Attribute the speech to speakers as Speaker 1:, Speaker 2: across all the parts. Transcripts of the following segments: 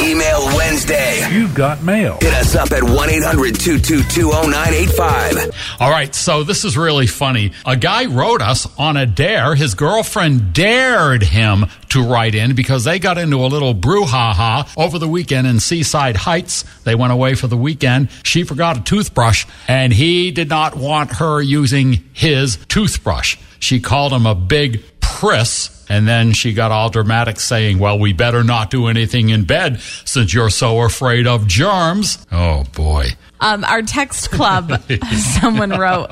Speaker 1: Email Wednesday.
Speaker 2: You've got mail.
Speaker 1: Hit us up at 1 800 222 0985.
Speaker 3: All right, so this is really funny. A guy wrote us on a dare. His girlfriend dared him to write in because they got into a little brouhaha over the weekend in Seaside Heights. They went away for the weekend. She forgot a toothbrush, and he did not want her using his toothbrush. She called him a big priss. And then she got all dramatic saying, Well, we better not do anything in bed since you're so afraid of germs. Oh, boy.
Speaker 4: Um, our text club, someone wrote,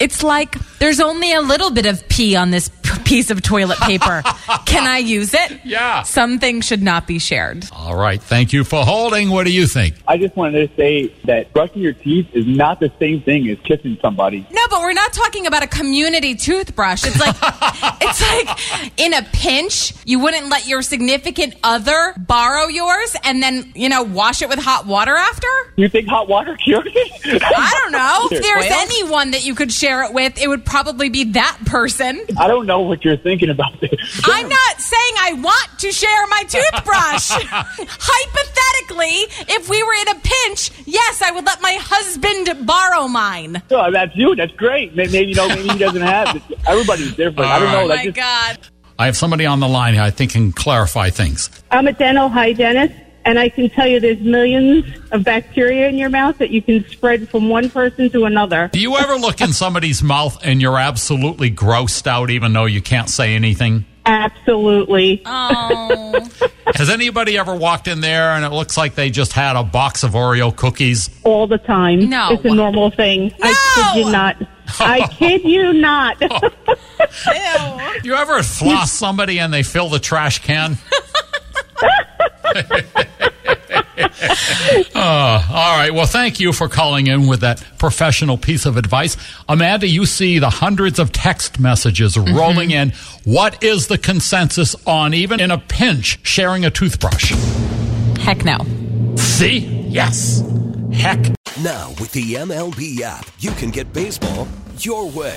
Speaker 4: it's like there's only a little bit of pee on this p- piece of toilet paper. Can I use it?
Speaker 3: Yeah.
Speaker 4: Some things should not be shared.
Speaker 3: All right. Thank you for holding. What do you think?
Speaker 5: I just wanted to say that brushing your teeth is not the same thing as kissing somebody.
Speaker 4: No, but we're not talking about a community toothbrush. It's like it's like in a pinch, you wouldn't let your significant other borrow yours and then, you know, wash it with hot water after?
Speaker 5: You think hot water cures it?
Speaker 4: I don't know. If there's anyone that you could share it with, it would probably be that person.
Speaker 5: I don't know what you're thinking about this.
Speaker 4: I'm not saying I want to share my toothbrush. Hypothetically, if we were in a pinch, yes, I would let my husband borrow mine.
Speaker 5: No, that's you. That's great. May- Maybe you know. Maybe he doesn't have. It. Everybody's different. I don't know.
Speaker 4: Oh
Speaker 5: That's
Speaker 4: my
Speaker 5: just-
Speaker 4: God.
Speaker 3: I have somebody on the line who I think can clarify things.
Speaker 6: I'm a dental hygienist, and I can tell you there's millions of bacteria in your mouth that you can spread from one person to another.
Speaker 3: Do you ever look in somebody's mouth and you're absolutely grossed out even though you can't say anything?
Speaker 6: Absolutely.
Speaker 4: Oh.
Speaker 3: Has anybody ever walked in there and it looks like they just had a box of Oreo cookies?
Speaker 6: All the time.
Speaker 4: No.
Speaker 6: It's a normal thing. I kid
Speaker 4: No!
Speaker 6: you not. I kid you not.
Speaker 4: Ew.
Speaker 3: Do you ever floss somebody and they fill the trash can? Uh, all right. Well, thank you for calling in with that professional piece of advice. Amanda, you see the hundreds of text messages
Speaker 4: Mm-hmm.
Speaker 3: rolling in. What is the consensus on, even in a pinch, sharing a toothbrush?
Speaker 4: Heck no.
Speaker 3: See? Yes. Heck
Speaker 1: Now, with the MLB app, you can get baseball your way.